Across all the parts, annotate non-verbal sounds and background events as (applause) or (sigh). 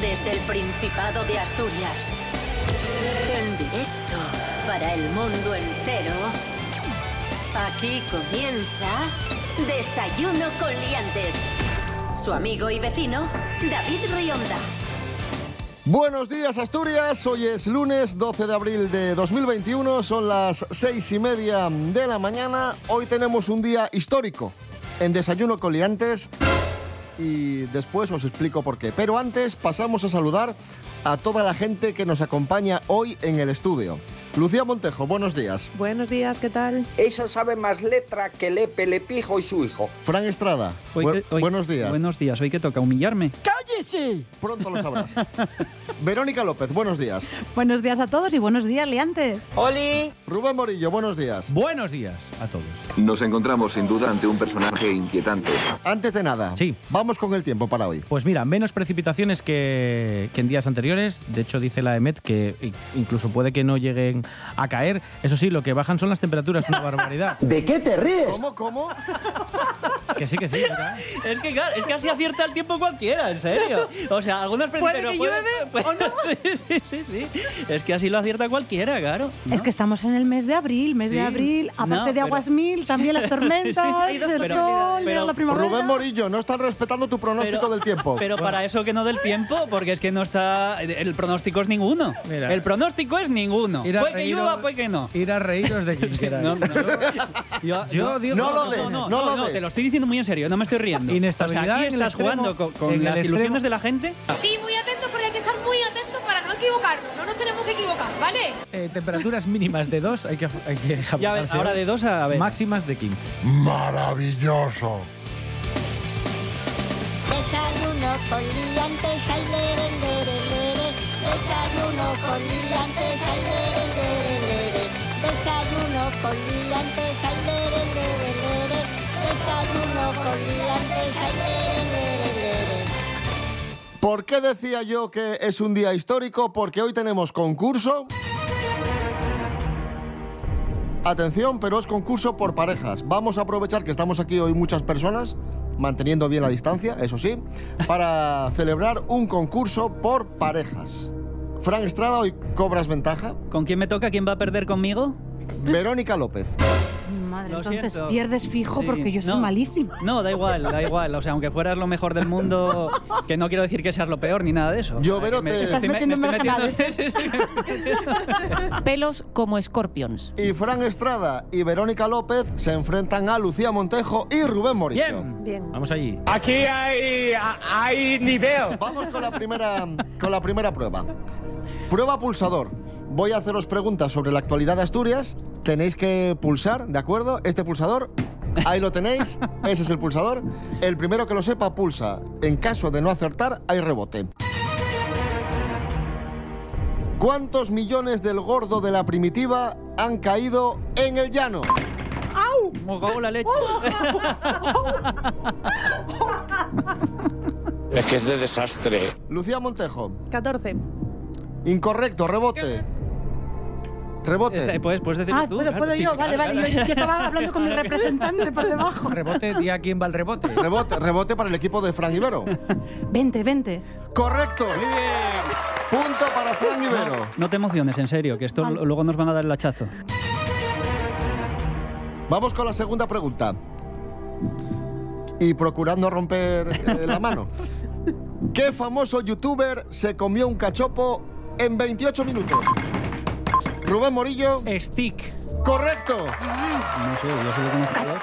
Desde el Principado de Asturias. En directo para el mundo entero. Aquí comienza Desayuno con Liantes. Su amigo y vecino, David Rionda. Buenos días Asturias, hoy es lunes 12 de abril de 2021, son las seis y media de la mañana, hoy tenemos un día histórico en Desayuno con Liantes y después os explico por qué. Pero antes pasamos a saludar a toda la gente que nos acompaña hoy en el estudio. Lucía Montejo, buenos días. Buenos días, ¿qué tal? Ella sabe más letra que Lepe, Lepijo y su hijo. Fran Estrada, Hoy bu- que- hoy- buenos días. Buenos días, hoy que toca humillarme. ¡Cállese! Pronto lo sabrás. Verónica López, buenos días. Buenos días a todos y buenos días, Liantes. ¡Oli! Rubén Morillo, buenos días. Buenos días a todos. Nos encontramos sin duda ante un personaje inquietante. Antes de nada, Sí. vamos con el tiempo para hoy. Pues mira, menos precipitaciones que, que en días anteriores. De hecho, dice la EMET que i- incluso puede que no lleguen a caer. Eso sí, lo que bajan son las temperaturas, una barbaridad. ¿De qué te ríes? ¿Cómo, cómo? Que sí, que sí. ¿verdad? Es que claro, es que así acierta el tiempo cualquiera, en serio. O sea, algunas personas. Puede que llueve o no. (laughs) sí, sí, sí, sí. Es que así lo acierta cualquiera, claro. Es que estamos en el mes de abril, mes de Sí. abril, No, aparte de pero- aguas mil, también las tormentas, Hay dos el sol, posibilidades. Pero- la primavera. Rubén Morillo, no están respetando tu pronóstico del tiempo. Pero para eso que no del tiempo, porque es que no está. El pronóstico es ninguno. Mira. El pronóstico es ninguno. Ir a Puede que reíros- llueva, puede que no. Ir a reíros de (laughs) quien quiera. No, no, no. Yo, (laughs) Yo digo- No lo des, no lo des. te lo estoy diciendo muy en serio, no me estoy riendo. Inestabilidad O sea, aquí en el estás extremo, jugando con, con en el las extremo. ilusiones de la gente. Sí, muy atentos porque hay que estar muy atentos para no equivocarnos. No nos tenemos que equivocar, ¿vale? Eh, temperaturas mínimas de 2 hay que, hay que Ya ves, jactarse ahora hoy. de dos a, a ver. Máximas de 15. Maravilloso. Desayuno con liantes, ay, lere, lere, lere. Desayuno con liantes, ay, lere, lere, lere. Desayuno con liantes, ay, lere, lere, lere. Desayuno con liantes, ay, lere, lere, lere. ¿Por qué decía yo que es un día histórico? Porque hoy tenemos concurso. Atención, pero es concurso por parejas. Vamos a aprovechar que estamos aquí hoy muchas personas, manteniendo bien la distancia, eso sí, para celebrar un concurso por parejas. Fran Estrada, hoy cobras (laughs) ventaja. ¿Con quién me toca? ¿Quién va a perder conmigo? Verónica López. Madre, Lo entonces siento. pierdes fijo Sí. porque yo soy No. malísima. No, da igual, da igual. O sea, aunque fueras lo mejor (laughs) del mundo, que no quiero decir que seas lo peor ni nada de eso. Yo, O sea, Vero, que te- estoy Estás me- me metiéndome estoy en ¿eh? metiendo- (laughs) sí, sí, sí, me estoy metiendo. pelos como escorpions. Y Fran Estrada y Verónica López se enfrentan a Lucía Montejo y Rubén Morillo. Bien. Bien. Ah, Vamos allí. Aquí hay, hay (laughs) nivel. Vamos con la primera, con la primera prueba. Prueba pulsador. Voy a haceros preguntas sobre la actualidad de Asturias. Tenéis que pulsar, ¿de acuerdo? Este pulsador, ahí lo tenéis. Ese es el pulsador. El primero que lo sepa pulsa. En caso de no acertar, hay rebote. ¿Cuántos millones del gordo de la primitiva han caído en el llano? Me cago en la leche. Oh. Es que es de desastre. Lucía Montejo. 14. Incorrecto, rebote. Rebote. Este, puedes, puedes decirlo Ah, tú. ¿puedo, claro, puedo sí, yo? sí, vale, claro, vale. claro. Yo, yo estaba hablando con mi representante por (laughs) debajo. Rebote, di a quién va el rebote. Rebote, rebote para el equipo de Fran Ibero. 20, 20. Correcto. Punto para Fran Ibero. No te emociones, en serio, que esto Vale. luego nos van a dar el hachazo. Vamos con la segunda pregunta. Y procurando romper eh, la mano. ¿Qué famoso youtuber se comió un cachopo en 28 minutos? Rubén Morillo. Eh. Stick. Correcto. No sé, yo solo conozco a dos.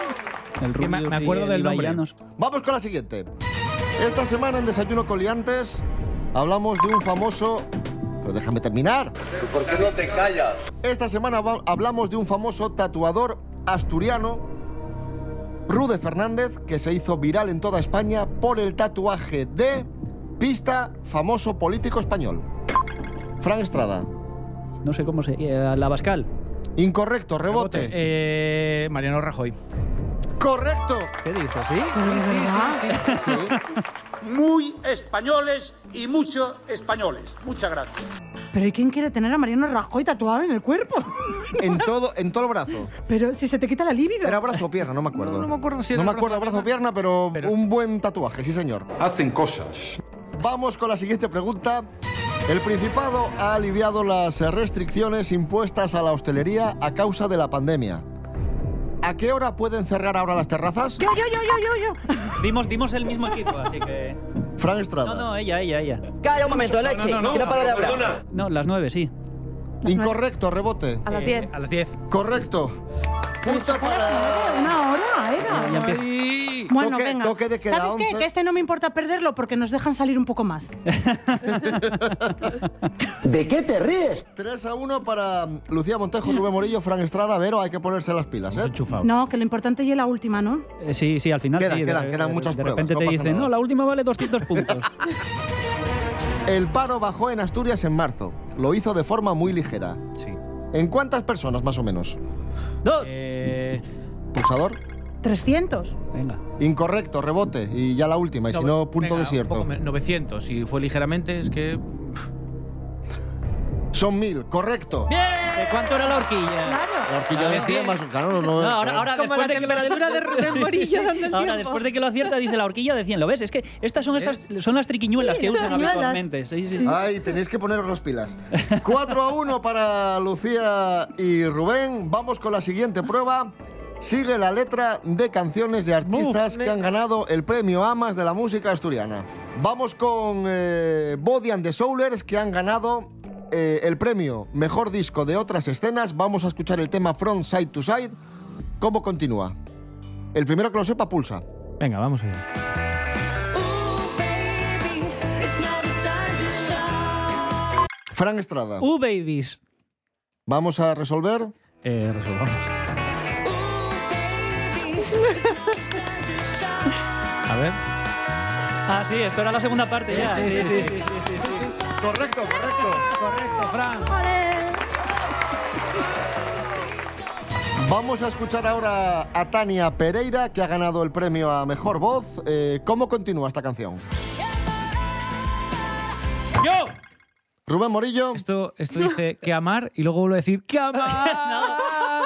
El Que me- Rubius me acuerdo y el del nombre. Ibayanos. Vamos con la siguiente. Esta semana en Desayuno Coliantes hablamos de un famoso... Pero déjame terminar. ¿Por qué no te callas? Esta semana va- hablamos de un famoso tatuador asturiano, Rude Fernández, que se hizo viral en toda España por el tatuaje de pista famoso político español. Fran Estrada. No sé cómo se... eh, la Bascal. Incorrecto, rebote. Eh, Mariano Rajoy. Correcto. ¿Qué dices, sí? Sí, sí, sí, sí. Sí. Muy españoles y mucho españoles. Muchas gracias. Pero ¿y quién quiere tener a Mariano Rajoy tatuado en el cuerpo? En todo, en todo el brazo. Pero si se te quita la libido. Era brazo o pierna, no me acuerdo. No, no me acuerdo si No era me brazo o acuerdo brazo o pierna. pierna, pero Pero- un buen tatuaje, sí señor. Hacen cosas. Vamos con la siguiente pregunta. El Principado ha aliviado las restricciones impuestas a la hostelería a causa de la pandemia. ¿A qué hora pueden cerrar ahora las terrazas? Yo, yo, yo, yo, yo, yo. Dimos, dimos el mismo equipo, así que. Fran Estrada. No, no, ella, ella, ella. Calla un momento, leche. no, no, que no paro de hablar. No, las nueve, sí. Incorrecto, rebote. A las Eh, diez. a las diez. Correcto. Punto para... Una hora, era. Ya empieza. Bueno, Toque- venga. toque de queda, ¿Sabes qué? 11. Que este no me importa perderlo porque nos dejan salir un poco más. ¿De qué te ríes? 3 a 1 para Lucía Montejo, Rubén Morillo, Fran Estrada, Vero, hay que ponerse las pilas, ¿eh? Enchufado. No, que lo importante ya es la última, ¿no? Eh, sí, sí, al final. Quedan, sí, de- quedan, quedan de- muchas De pruebas, repente no te pasa dicen, nada. no, la última vale 200 puntos. (laughs) El paro bajó en Asturias en marzo. Lo hizo de forma muy ligera. Sí. ¿En cuántas personas más o menos? ¡Dos! Eh, Pulsador. 300. Venga. Incorrecto, rebote. Y ya la última, y si no, punto venga, un desierto. poco me- 900. Si fue ligeramente, es que. Son mil, correcto. ¿De Eh, cuánto era la horquilla? La horquilla de cien más... Claro, no, no, No, ahora, ahora Como después la de que lo- temperatura de Rubén (laughs) Sí, sí, Morillo sí. dando el Ahora, tiempo. después de que lo acierta, dice la horquilla de 100. ¿Lo ves? Es que estas son estas son las triquiñuelas Ah. Sí, que las usan triquiñuelas. habitualmente. Sí, sí. Ay, tenéis que poneros las pilas. 4 a 1 para Lucía y Rubén. Vamos con la siguiente prueba. Sigue la letra de canciones de artistas que han ganado el premio Amas de la música asturiana. Vamos con eh, Body and the Soulers que han ganado eh, el premio Mejor Disco de otras escenas. Vamos a escuchar el tema From Side to Side. ¿Cómo continúa? El primero que lo sepa pulsa. Venga, vamos allá. Fran Estrada. Uh, babies. Vamos a resolver. Eh, resolvamos. A ver. Ah, sí, esto era la segunda parte ya. Sí, sí, sí, sí, sí, sí, sí. Correcto, correcto. Correcto, Fran. Vamos a escuchar ahora a Tania Pereira, que ha ganado el premio a Mejor Voz. Eh, ¿Cómo continúa esta canción? ¡Yo! Rubén Morillo, Esto, esto dice que amar y luego vuelvo a decir que (laughs) amar.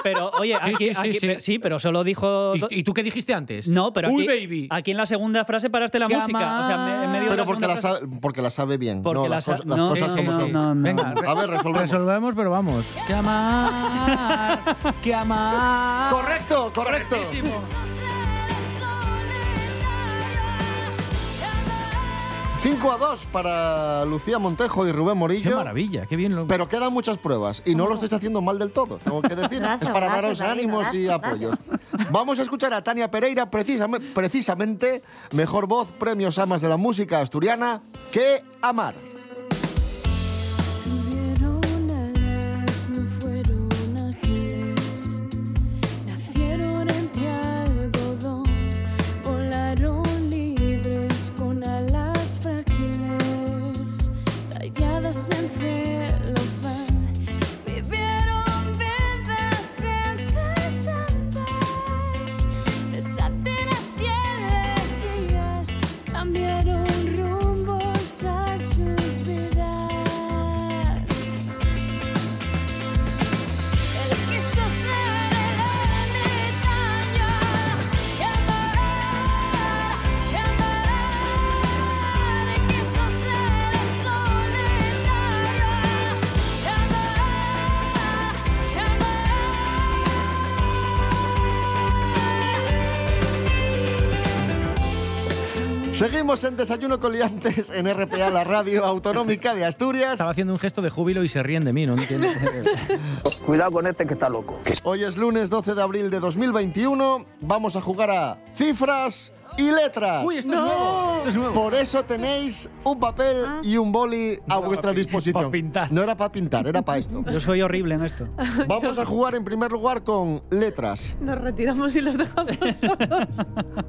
Pero, oye, Sí, aquí, sí, sí, aquí- sí. pe- Ah. sí, pero solo dijo. do- ¿Y, y tú qué dijiste antes? No, pero aquí, Uy, baby. aquí en la segunda frase paraste la Que música. O sea, me- en medio de pero porque la segunda la, frase- sabe, porque la sabe bien. Porque no, la las, sa- cosas- las no, cosas no, como no, son. no, no. Venga, re- A ver, resolvemos. resolvemos, pero vamos. Que amar. Que amar. Correcto, correcto. Soledad. 5 a 2 para Lucía Montejo y Rubén Qué Morillo. maravilla, qué bien lo. Pero quedan muchas pruebas y no lo estáis haciendo mal del todo, tengo que decir. Gracias, es para gracias, daros David, ánimos y gracias, apoyos. Vamos a escuchar a Tania Pereira, precisamente, precisamente Mejor Voz, Premios Amas de la Música Asturiana, que Amar. Tuvieron alas, no fueron ángeles. Nacieron entre algodón, volaron libres con alas frágiles, talladas en celofán. Vivieron vidas incesantes, desáteras y herejías, cambiaron rumbos a sus vidas. Él quiso ser el ermitaño y amar, y amar. Él quiso ser el solitario y amar, y Seguimos en Desayuno con Liantes en RPA, la radio autonómica de Asturias. Estaba haciendo un gesto de júbilo y se ríen de mí, no entiendo. (laughs) Cuidado con este que está loco. Hoy es lunes 12 de abril de 2021. Vamos a jugar a cifras y letras. Uy, esto es nuevo. Esto es nuevo. Por eso tenéis un papel Ah. y un boli a vuestra pa' pin- disposición. pa' pintar. No era para pintar, era para (laughs) esto. Yo soy horrible en esto. (laughs) Vamos a jugar en primer lugar con letras. Nos retiramos y los (laughs) dejamos.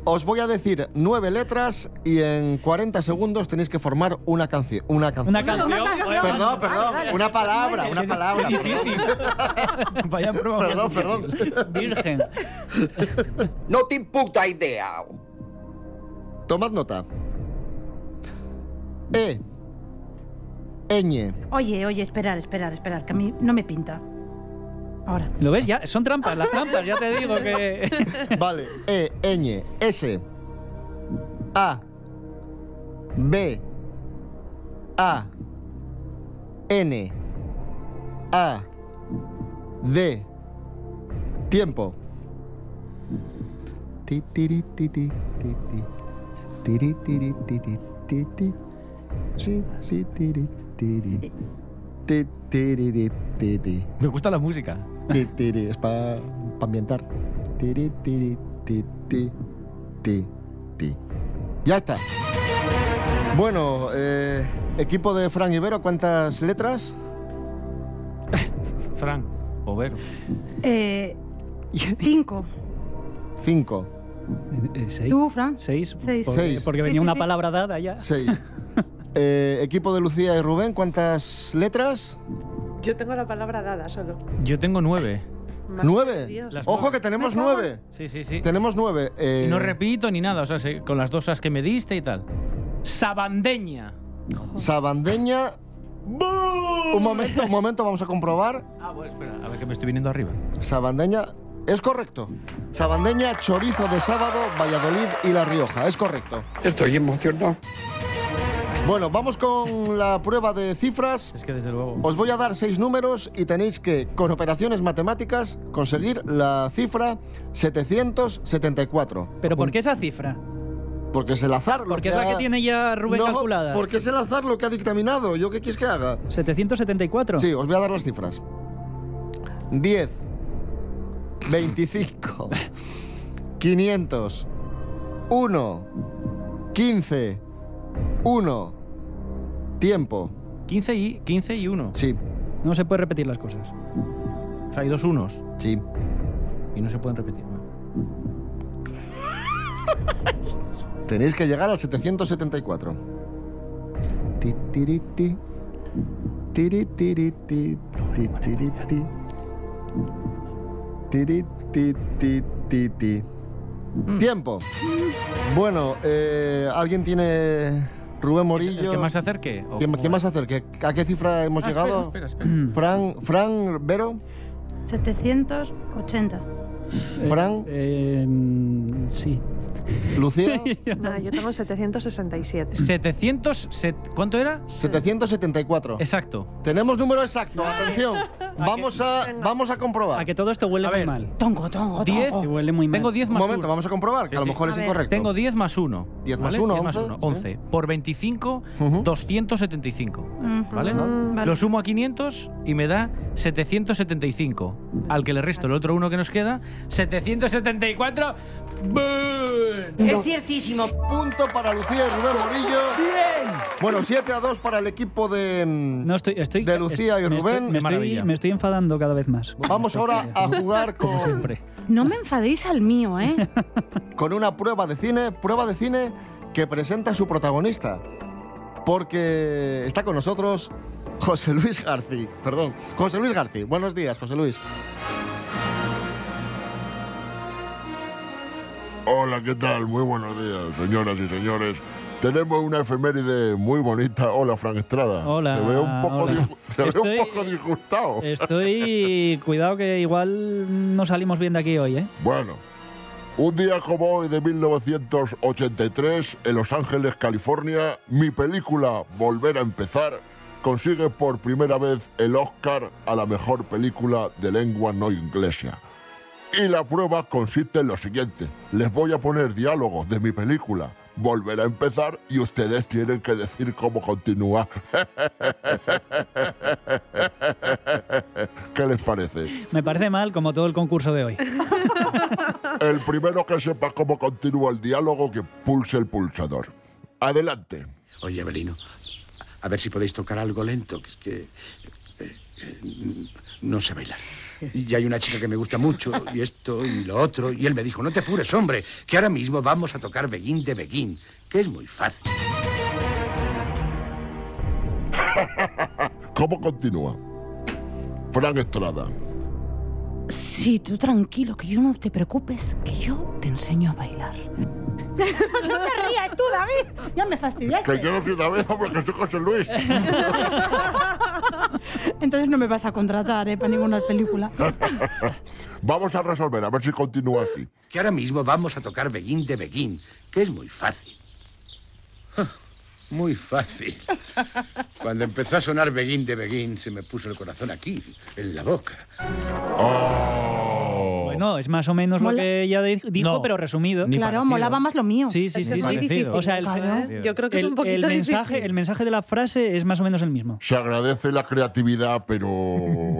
Os voy a decir nueve letras y en 40 segundos tenéis que formar una canción. Una canción. Una canción. oye, Perdón, perdón. una palabra, una palabra. Qué difícil. (laughs) Vaya prueba. Perdón, perdón. Virgen. No te puta idea. Tomad nota. E. Ñ. Oye, oye, esperar, esperar, esperar, que a mí no me pinta. Ahora. ¿Lo ves? Ya, son trampas, las trampas, ya te digo que. Vale. E. Ñ. S. A. B. A. N. A. D. Tiempo. Ti, tiri, ti, ti, ti, ti. Tiri, tiri, ti, ti, ti, ti. Sí, sí, tiri, tiri. Ti, tiri, ti, ti, ti. (laughs) Me gusta la música. Ti, tiri, es para ambientar. Tiri, tiri, ti, ti, ti, ti. Ya está. Bueno, eh, equipo de Fran Ibero, ¿cuántas letras? Fran, Overo. Eh, cinco. Cinco. seis. ¿Tú, Fran? Seis. Seis. Porque, Seis. porque Sí, venía sí, una sí. palabra dada ya. (laughs) Seis. Eh, equipo de Lucía y Rubén, ¿cuántas letras? Yo tengo la palabra dada solo. Yo tengo nueve. Madre de Nueve. Dios. Ojo que tenemos Me cago en- nueve. Sí, sí, sí. Tenemos nueve. eh, Y no repito ni nada, o sea, sí, con las dosas que me diste y tal. Sabandeña. Sabandeña. Un momento, un momento, vamos a comprobar. Ah, bueno, espera, a ver que me estoy viniendo arriba. Sabandeña. Es correcto. Sabandeña, chorizo de sábado, Valladolid y La Rioja. Es correcto. Estoy emocionado. Bueno, vamos con la prueba de cifras. Es que desde luego. Os voy a dar seis números y tenéis que, con operaciones matemáticas, conseguir la cifra 774. Pero ¿por qué esa cifra? Porque es el azar. lo Porque es la ha- que tiene ya Rubén No, calculada. Porque es el azar lo que ha dictaminado. ¿Yo qué quieres que haga? 774. Sí, os voy a dar las cifras. 10, 25, 500, 1, 15, 1, tiempo. 15 y, 15 y 1. Sí, No se puede repetir las cosas. O sea, hay dos unos sí. y no se pueden repetir. ¿no? Tenéis que llegar al 774. Ti, tiri, ti. Tiri, tiri, ti, ti, tiri, ti. Tiri, ti, ti, ti, ti. Mm. Tiempo. Bueno, eh, ¿alguien tiene Rubén Morillo? ¿El que más se acerque? O- ¿Quién, o- quién más se acerque? ¿A qué cifra hemos Ah, espera, llegado? espera, Mm. espera. Fran, Fran, Vero, 780. Fran, Eh, mm, sí. eh. (laughs) Lucía, Nada, yo tengo 767. 700. set- ¿Cuánto era? 774. Oh, Exacto. Tenemos número exacto, atención. Vamos a, vamos a comprobar. A que todo esto huele A muy ver. mal. Tongo, tongo, Diez. Que oh, huele muy mal. Tengo 10 Un más momento, uno. vamos a comprobar, que a lo Sí, sí. mejor es A ver. incorrecto. Tengo 10 más 1. 10 más uno, 10 más 11, 1, 11. Por 25, Ujú. 275. Ujú. ¿Vale? Vale. Lo sumo a 500 y me da 775. Al que le resto el otro uno que nos queda, 774. ¡Bum! Es ciertísimo. Punto para Lucía y Rubén Morillo. Bueno, 7 a 2 para el equipo de... mm, No, estoy, estoy, De Lucía y me estoy- Rubén. me estoy, Maravilla. me estoy enfadando cada vez más. Vamos ahora a (laughs) jugar con, eh. Siempre. No me enfadéis al mío, ¿eh? con una prueba de cine, prueba de cine que presenta su protagonista. Porque está con nosotros José Luis García. Perdón, José Luis García. Buenos días, José Luis. Hola, ¿qué tal? Muy buenos días, señoras y señores. Tenemos una efeméride muy bonita. Hola, Fran Estrada. Hola, Te veo un poco, hola. disgu- (laughs) te Estoy- eh. veo un poco disgustado. Estoy. Cuidado que igual no salimos bien de aquí hoy, ¿eh? Bueno, un día como hoy de 1983, en Los Ángeles, California, mi película Volver a empezar consigue por primera vez el Oscar a la mejor película de lengua no inglesa. Y la prueba consiste en lo siguiente. Les voy a poner diálogos de mi película. Volver a empezar y ustedes tienen que decir cómo continúa. ¿Qué les parece? Me parece mal como todo el concurso de hoy. El primero que sepa cómo continúa el diálogo, que pulse el pulsador. Adelante. Oye, Abelino, a ver si podéis tocar algo lento, que es que. eh, eh, no sé bailar. Y hay una chica que me gusta mucho, y esto, y lo otro, y él me dijo: No te apures, hombre, que ahora mismo vamos a tocar Beguín de Beguín, que es muy fácil. ¿Cómo continúa? Fran Estrada. Sí, tú tranquilo, que yo no te preocupes, que yo te enseño a bailar. (laughs) no te rías tú, David. Ya me fastidiaste. Que yo no soy David, hombre, que soy José Luis. Entonces no me vas a contratar, ¿eh? Para ninguna película. Vamos a resolver, a ver si continúa así. Que ahora mismo vamos a tocar Beguín de Beguín, que es muy fácil. Ah, Muy fácil. Cuando empezó a sonar Beguín de Beguín, se me puso el corazón aquí, en la boca. Oh. Bueno, es más o menos Mola- lo que ella di- dijo, pero resumido. Claro, molaba más lo mío. Sí, sí, sí. sí. O sea, el, Claro. el- el mensaje, el mensaje de la frase es más o menos el mismo. Se agradece la creatividad, pero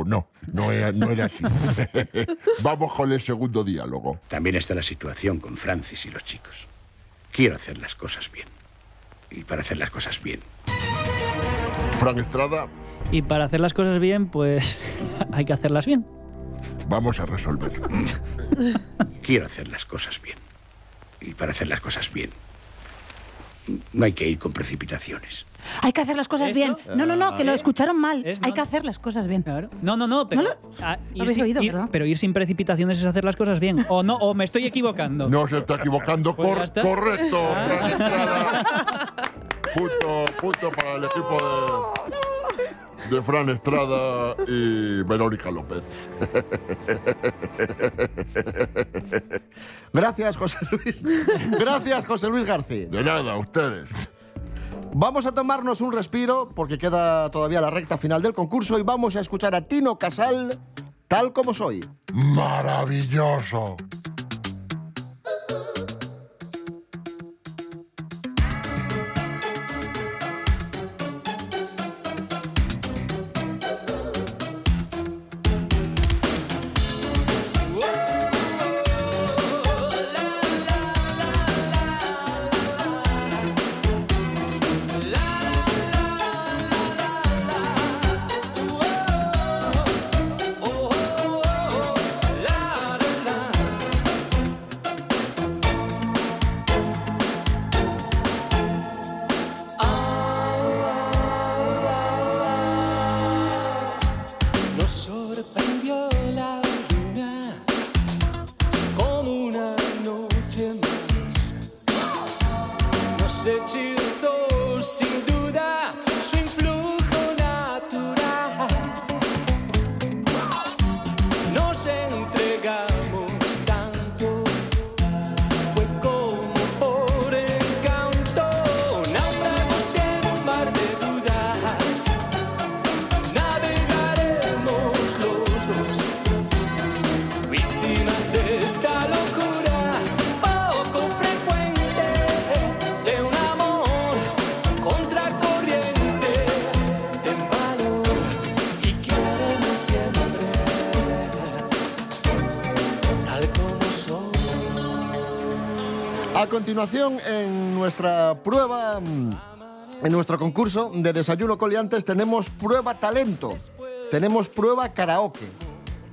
no, no era, no era (laughs) así. Vamos con el segundo diálogo. También está la situación con Francis y los chicos. Quiero hacer las cosas bien. Y para hacer las cosas bien. Frank Estrada, Y para hacer las cosas bien, pues (laughs) hay que hacerlas bien. vamos a resolver. Quiero hacer las cosas bien. Y para hacer las cosas bien, no hay que ir con precipitaciones. Hay que hacer las cosas bien. No, no, no, que lo Eh, escucharon mal. Hay que hacer las cosas bien. No, no, no, pero, No lo- ah, lo habéis sin- oído, ir- ¿verdad? pero ir sin precipitaciones es hacer las cosas bien. O no, o me estoy equivocando. No se está equivocando, Pues ya cor- está. Ah. correcto. Fran Estrada. Punto, punto para el equipo de, de Fran Estrada y Verónica López. Gracias, José Luis. Gracias, José Luis García. De nada, ustedes. Vamos a tomarnos un respiro porque queda todavía la recta final del concurso y vamos a escuchar a Tino Casal tal como soy. Maravilloso. Nos sorprendió la luna como una noche más. Nos hechizó sin duda su influjo natural. Nos entregamos tanto, fue como por encanto. Naufragos en un mar de dudas. Navegaremos los dos, víctimas de esta locura, poco frecuente, de un amor contracorriente, de valor y que haremos siempre, tal como soy. A continuación, en nuestra prueba, mm, en nuestro concurso de desayuno coliantes, tenemos prueba talento, tenemos prueba karaoke.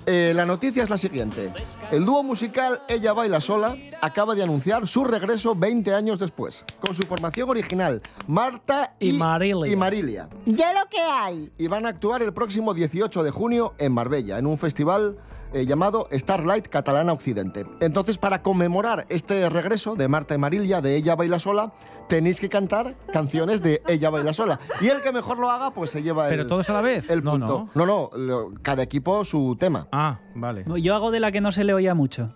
Eh, la noticia es la siguiente. El dúo musical Ella Baila Sola acaba de anunciar su regreso 20 años después, con su formación original, Marta y, Marilia. y Marilia. ¡Ya lo que hay! Y van a actuar el próximo 18 de junio en Marbella, en un festival eh, llamado Starlight Catalana Occidente. Entonces, para conmemorar este regreso de Marta y Marilia de Ella Baila Sola, tenéis que cantar canciones de Ella Baila Sola. Y el que mejor lo haga, pues se lleva el... ¿Pero todos a la vez? El No, punto. no. no, no, lo- cada equipo su tema. Ah, vale. Yo hago de la que no se le oía mucho.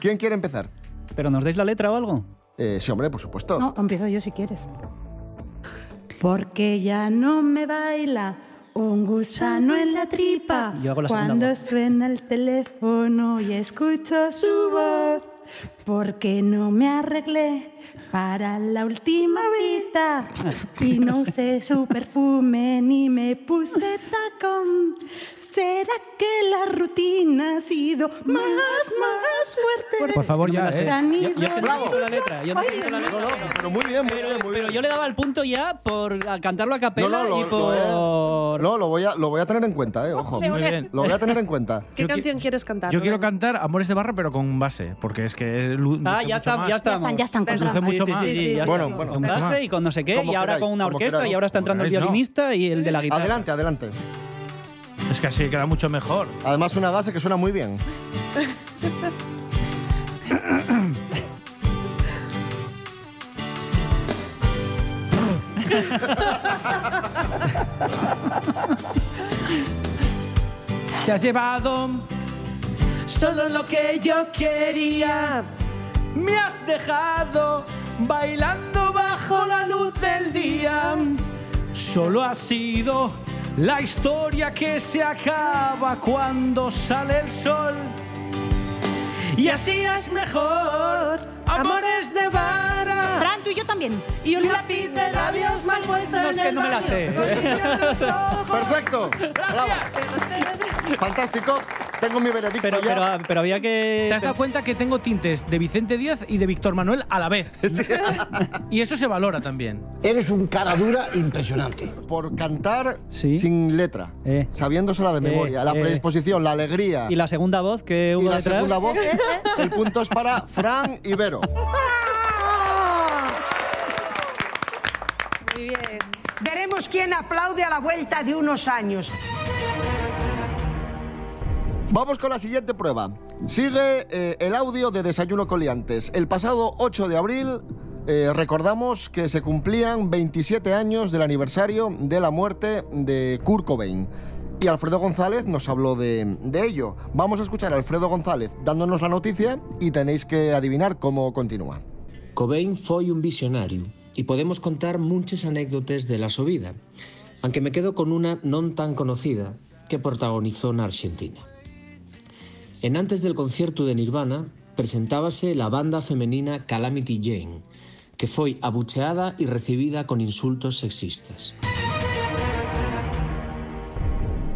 ¿Quién quiere empezar? ¿Pero nos dais la letra o algo? Eh, sí, hombre, por supuesto. No, empiezo yo si quieres. Porque ya no me baila un gusano en la tripa. Yo hago la segunda cuando suena el teléfono y escucho su voz. Porque no me arreglé para la última cita y no usé su perfume ni me puse tacón. ¿Será que la rutina ha sido más, más fuerte? Por favor, ya, eh. Tan Yo- yo es que no igual- necesito la letra, yo necesito la letra. Pero muy bien, muy bien, muy Pero yo le daba el punto ya por a cantarlo a capela no, y lo, por... lo he- no, lo voy a, lo voy a tener en cuenta, eh, ojo. Muy bien. Lo voy a tener en cuenta. ¿Qué Yo qui- canción quieres cantar? Yo Rubén? quiero cantar Amores de Barra, pero con base, porque es que. lu- Ah, luce ya, mucho está, más. ya estamos. Ya están, ya están Luce mucho más. Bueno, bueno, con mucho más. base y con no sé qué, Como y ahora queráis, con una como orquesta, queráis. y ahora está entrando el Como queráis, violinista y el de la guitarra. Adelante, adelante. Es que así queda mucho mejor. Además, una base que suena muy bien. Te has llevado Solo lo que yo quería me has dejado bailando bajo bajo la luz del día. Solo ha sido la historia que se acaba cuando sale el sol. Y así es mejor, amores de vara. Fran, tú y yo también. Y un lápiz de labios mal puesto No, es en que el no me la baño. sé. (laughs) Perfecto. Bravo. Fantástico. Tengo mi veredicto Pero, ya. pero, pero había que. ¿Te has dado cuenta que tengo tintes de Vicente Díaz y de Víctor Manuel a la vez? y eso se valora también. Eres un cara dura impresionante. Por cantar sin letra, sabiéndosela de Eh, memoria, la eh. predisposición, la alegría. Y la segunda voz que Y hubo la detrás? segunda voz, el punto es para Fran Ibero. Muy bien. Veremos quién aplaude a la vuelta de unos años. Vamos con la siguiente prueba. Sigue eh, el audio de Desayuno Coliantes. El pasado 8 de abril eh, recordamos que se cumplían 27 años del aniversario de la muerte de Kurt Cobain. Y Alfredo González nos habló de, de ello. Vamos a escuchar a Alfredo González dándonos la noticia y tenéis que adivinar cómo continúa. Cobain foi un visionario e podemos contar munchas anécdotes de la súa vida, aunque me quedo con una non tan conocida que protagonizou na Argentina. En antes del concierto de Nirvana, presentábase la banda femenina Calamity Jane, que foi abucheada e recibida con insultos sexistas.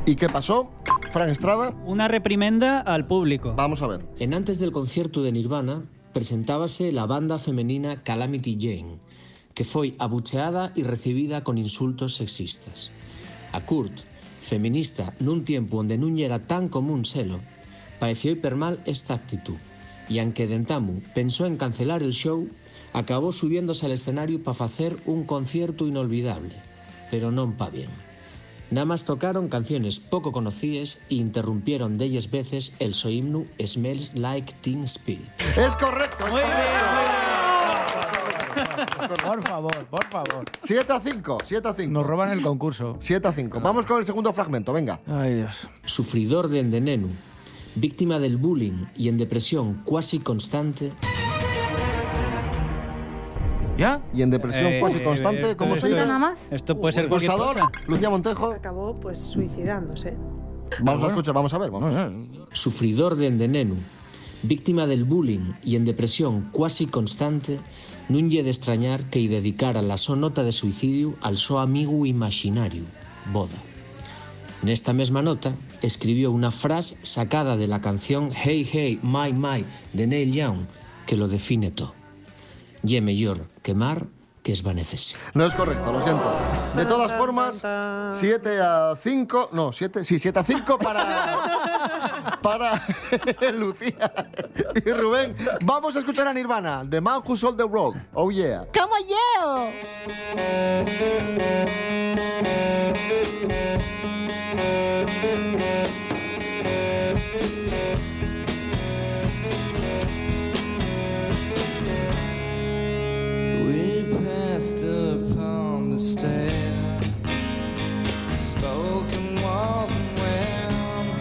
¿Y qué pasó? Fran Estrada. Una reprimenda al público. Vamos a ver. En antes del concierto de Nirvana presentábase la banda femenina Calamity Jane, que foi abucheada e recibida con insultos sexistas. A Kurt, feminista nun tiempo onde non era tan común selo, pareceu hipermal esta actitud e anque Dentamu pensou en cancelar el show, acabou subiéndose al escenario para facer un concierto inolvidable, pero non pa bien. Nada más tocaron canciones poco conocidas e interrumpieron delles veces el so himno Smells Like Teen Spirit. Es correcto. es correcto. Por favor, por favor. 7 a 5, 7 a 5. Nos roban el concurso. 7 a 5. Vamos con el segundo fragmento, venga. Ay, Dios. Sufridor de enveneno, víctima del bullying y en depresión cuasi constante. ¿Ya? Y en depresión cuasi constante, eh, ¿cómo se llama? Esto puede ser cualquier Pulsador, cosa. Lucía Montejo. Acabó pues suicidándose. Vamos a escuchar, vamos a ver. Vamos Sufridor de enveneno, víctima del bullying y en depresión cuasi constante, non lle de extrañar que lle dedicara la súa nota de suicidio al seu amigo imaginario, Boda. Nesta mesma nota, escribió una frase sacada de la canción Hey Hey My My de Neil Young, que lo define todo. Ye mellor quemar que esvanecese. No es correcto, lo siento. De todas formas, 7 a 5, no, 7, sí, 7 a 5 para, para (laughs) Lucía y Rubén. Vamos a escuchar a Nirvana, The Man Who Sold the World. Oh yeah. como yo. We passed upon the stair, spoken wasn't well,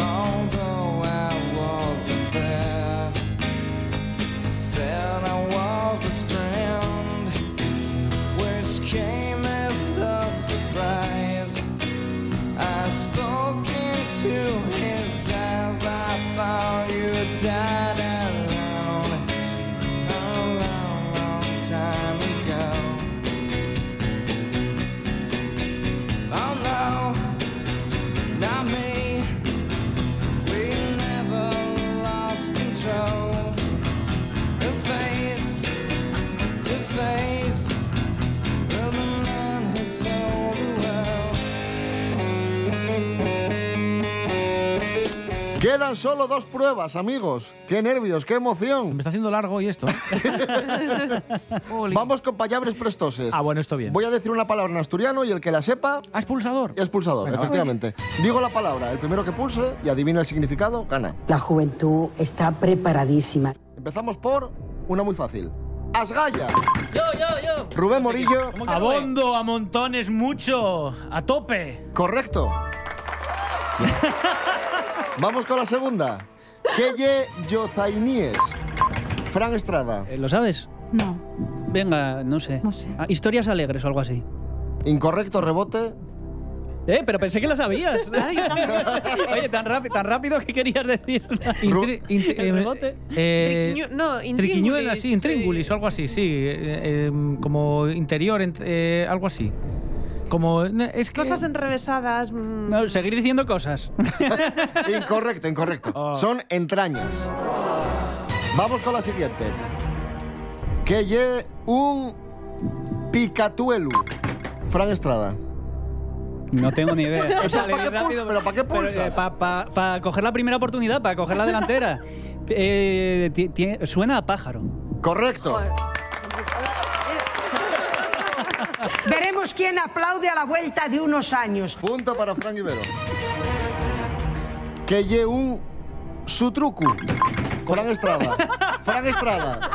although I wasn't there. Said I was his friend, which came as a surprise. I spoke into his eyes, I thought you died alone a long, long time ago. Oh no, not me. We never lost control. The face to face with the man who sold the world. Quedan solo dos pruebas, amigos. Qué nervios, qué emoción. me está haciendo largo (laughs) y esto. Vamos con palabras prestoses. Ah, bueno, esto bien. Ah, Voy a decir una palabra en asturiano y el que la sepa. Expulsador. Expulsador, Venga, va. efectivamente. Digo la palabra, el primero que pulse y adivina el significado, gana. La juventud está preparadísima. Empezamos por una muy fácil. Asgaya. Yo, yo, yo. Rubén Morillo. Abondo, a montones, mucho. A tope. Correcto. (laughs) Vamos con la segunda. Keye Yozainíes. Fran Estrada. Eh, ¿Lo sabes? No. Venga, no sé. Ah, historias alegres o algo así. Incorrecto rebote. Eh, pero pensé que la sabías. Oye, tan, rápi- tan rápido que querías decir. Intri- intri- El rebote. Eh, Triquiñu- no, triquiñuelas, intríngulis, sí, intríngulis o algo así, sí. eh, eh, como interior, ent- eh, algo así. Como. no, Es que. Cosas enrevesadas. mm. No, seguir diciendo cosas. Incorrecto, (laughs) incorrecto. Oh. Son entrañas. Vamos con la siguiente. Que lle un picatuelu. Fran Estrada. No tengo ni idea. (laughs) Entonces, ¿pa' qué pul- pero ¿pa' qué eh, pulsas? Para coger la primera oportunidad, para coger la delantera. (laughs) Eh, ti- tiene- suena a pájaro. Correcto. (laughs) Veremos quién aplaude a la vuelta de unos años. Punto para Frank Ibero. Que lle un sutrucu. Fran Estrada. Fran Estrada.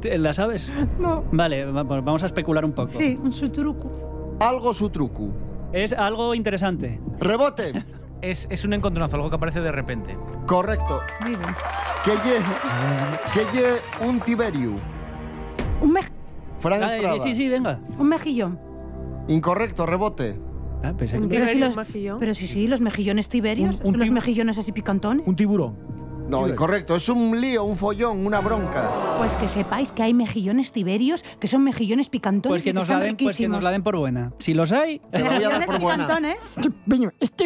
¿Te- ¿La sabes? No. Vale, va- pues vamos a especular un poco. Sí, un sutruku. Algo sutrucu. Es algo interesante. Rebote. Es, es un encontronazo, algo que aparece de repente. Correcto. Muy bien. Que lle, que lle un tiberiu. Un, mej- Fran Ah, eh, Estrada. sí, sí, venga. un mejillón. Incorrecto, rebote. Ah, Pero sí, los, pero sí, sí, los mejillones tiberios, Un- un los tib- mejillones así picantones. Un tiburón. No, incorrecto. Es un lío, un follón, una bronca. Pues que sepáis que hay mejillones tiberios que son mejillones picantones Pues y que, nos la están den, pues que nos riquísimos. la den por buena. Si los hay. (laughs) este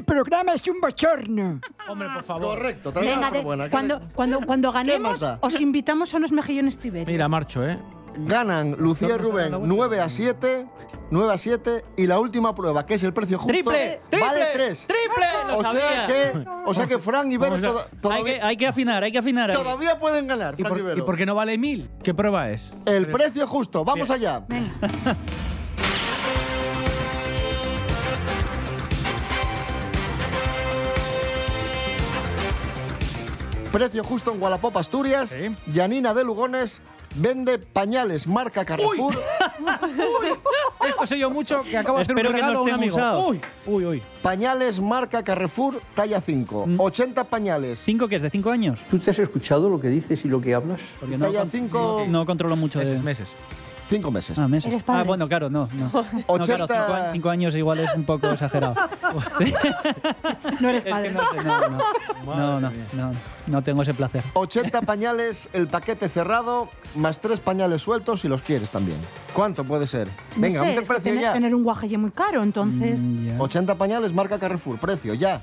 programa es un bochorno. Hombre, por favor. Correcto, Venga, de- cuando, cuando, cuando ganemos, da? os invitamos a unos mejillones tiberios. Mira, marcho, ¿eh? Ganan Lucía y Vamos a dar Rubén la vuelta. 9 a 7. 9 a 7. Y la última prueba, que es el precio justo. ¡Triple! ¡Triple! Vale 3. ¡Triple! ¡Lo o sea sabía! que, o sea que Fran y Vero Vamos a- toda- hay, todavía, que, hay que afinar, hay que afinar. ahí. todavía pueden ganar. ¿Y Fran y por, Vero. y por qué no vale mil? ¿Qué prueba es? El precio justo, vamos Bien. allá. (laughs) Precio justo en Gualapop, Asturias. Yanina de Lugones vende pañales marca Carrefour. Esto sé yo mucho que acabo de hacer un Espero que no regalo a un esté amigo. abusado. Uy, uy, uy. (laughs) Pañales marca Carrefour, talla 5. Mm. 80 pañales. ¿Cinco que es? ¿De cinco años? ¿Tú te has escuchado lo que dices y lo que hablas? Porque no, talla con- 5 no controlo mucho de... Meses, meses. Cinco meses. Ah, meses. Eres padre. ah, bueno, claro, no. no. No, claro, 80. cinco, a- cinco años igual es un poco exagerado. No eres padre. no, sé, no, no, no, no, no, no tengo ese placer. 80 pañales, el paquete cerrado, más tres pañales sueltos si los quieres también. ¿Cuánto puede ser? No Venga, sé, ponte el es que precio tener, ya. Mm. tener un guaje muy caro, entonces Mm, 80 pañales, marca Carrefour, precio ya.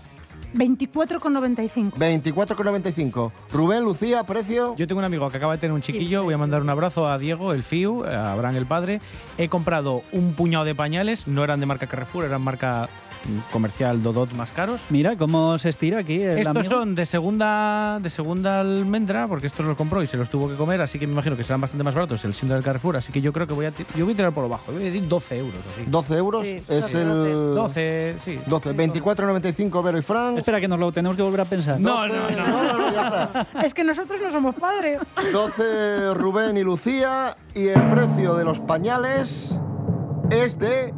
24,95. 24,95. Rubén, Lucía, precio. Yo tengo un amigo que acaba de tener un chiquillo, voy a mandar un abrazo a Diego, el FIU, a Abraham el padre. He comprado un puñado de pañales, no eran de marca Carrefour, eran marca mm, comercial Dodot más caros. Mira cómo se estira aquí el Estos amigo. son de segunda de segunda almendra, porque estos los compró y se los tuvo que comer, así que me imagino que serán bastante más baratos el síndrome del Carrefour, así que yo creo que voy a, ti- yo voy a tirar por lo bajo, voy a decir 12 euros. o así. 12 euros Sí, es 12, Mm. el. 12, sí. 12, 24,95 Vero y Fran. Espera, que nos lo tenemos que volver a pensar. No, no, no. Es que nosotros no somos padres. 12 Rubén y Lucía. Y el precio de los pañales es de.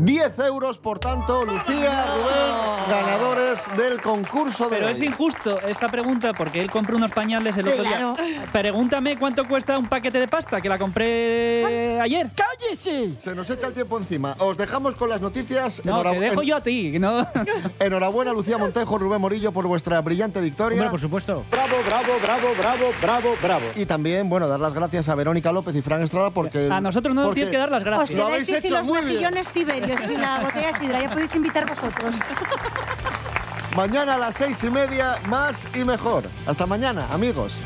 ¡10 euros, por tanto, Lucía, Rubén, ganadores del concurso de. Pero hoy. es injusto esta pregunta porque él compró unos pañales el otro Claro. día. Pregúntame cuánto cuesta un paquete de pasta que la compré ayer. ¡Cállese! Se nos echa el tiempo encima. Os dejamos con las noticias. No, te Enhorabu- dejo en- yo a ti. que No. Enhorabuena, Lucía Montejo, Rubén Morillo, por vuestra brillante victoria. Hombre, por supuesto. Bravo, bravo, bravo, bravo, bravo, bravo. Y también, bueno, dar las gracias a Verónica López y Fran Estrada porque. (laughs) A nosotros no nos tienes que dar las Os gracias. Lo habéis quedáis sin hecho los muy bien. mejillones tiberios y la botella de sidra. Ya podéis invitar vosotros. Mañana a las seis y media, más y mejor. Hasta mañana, amigos.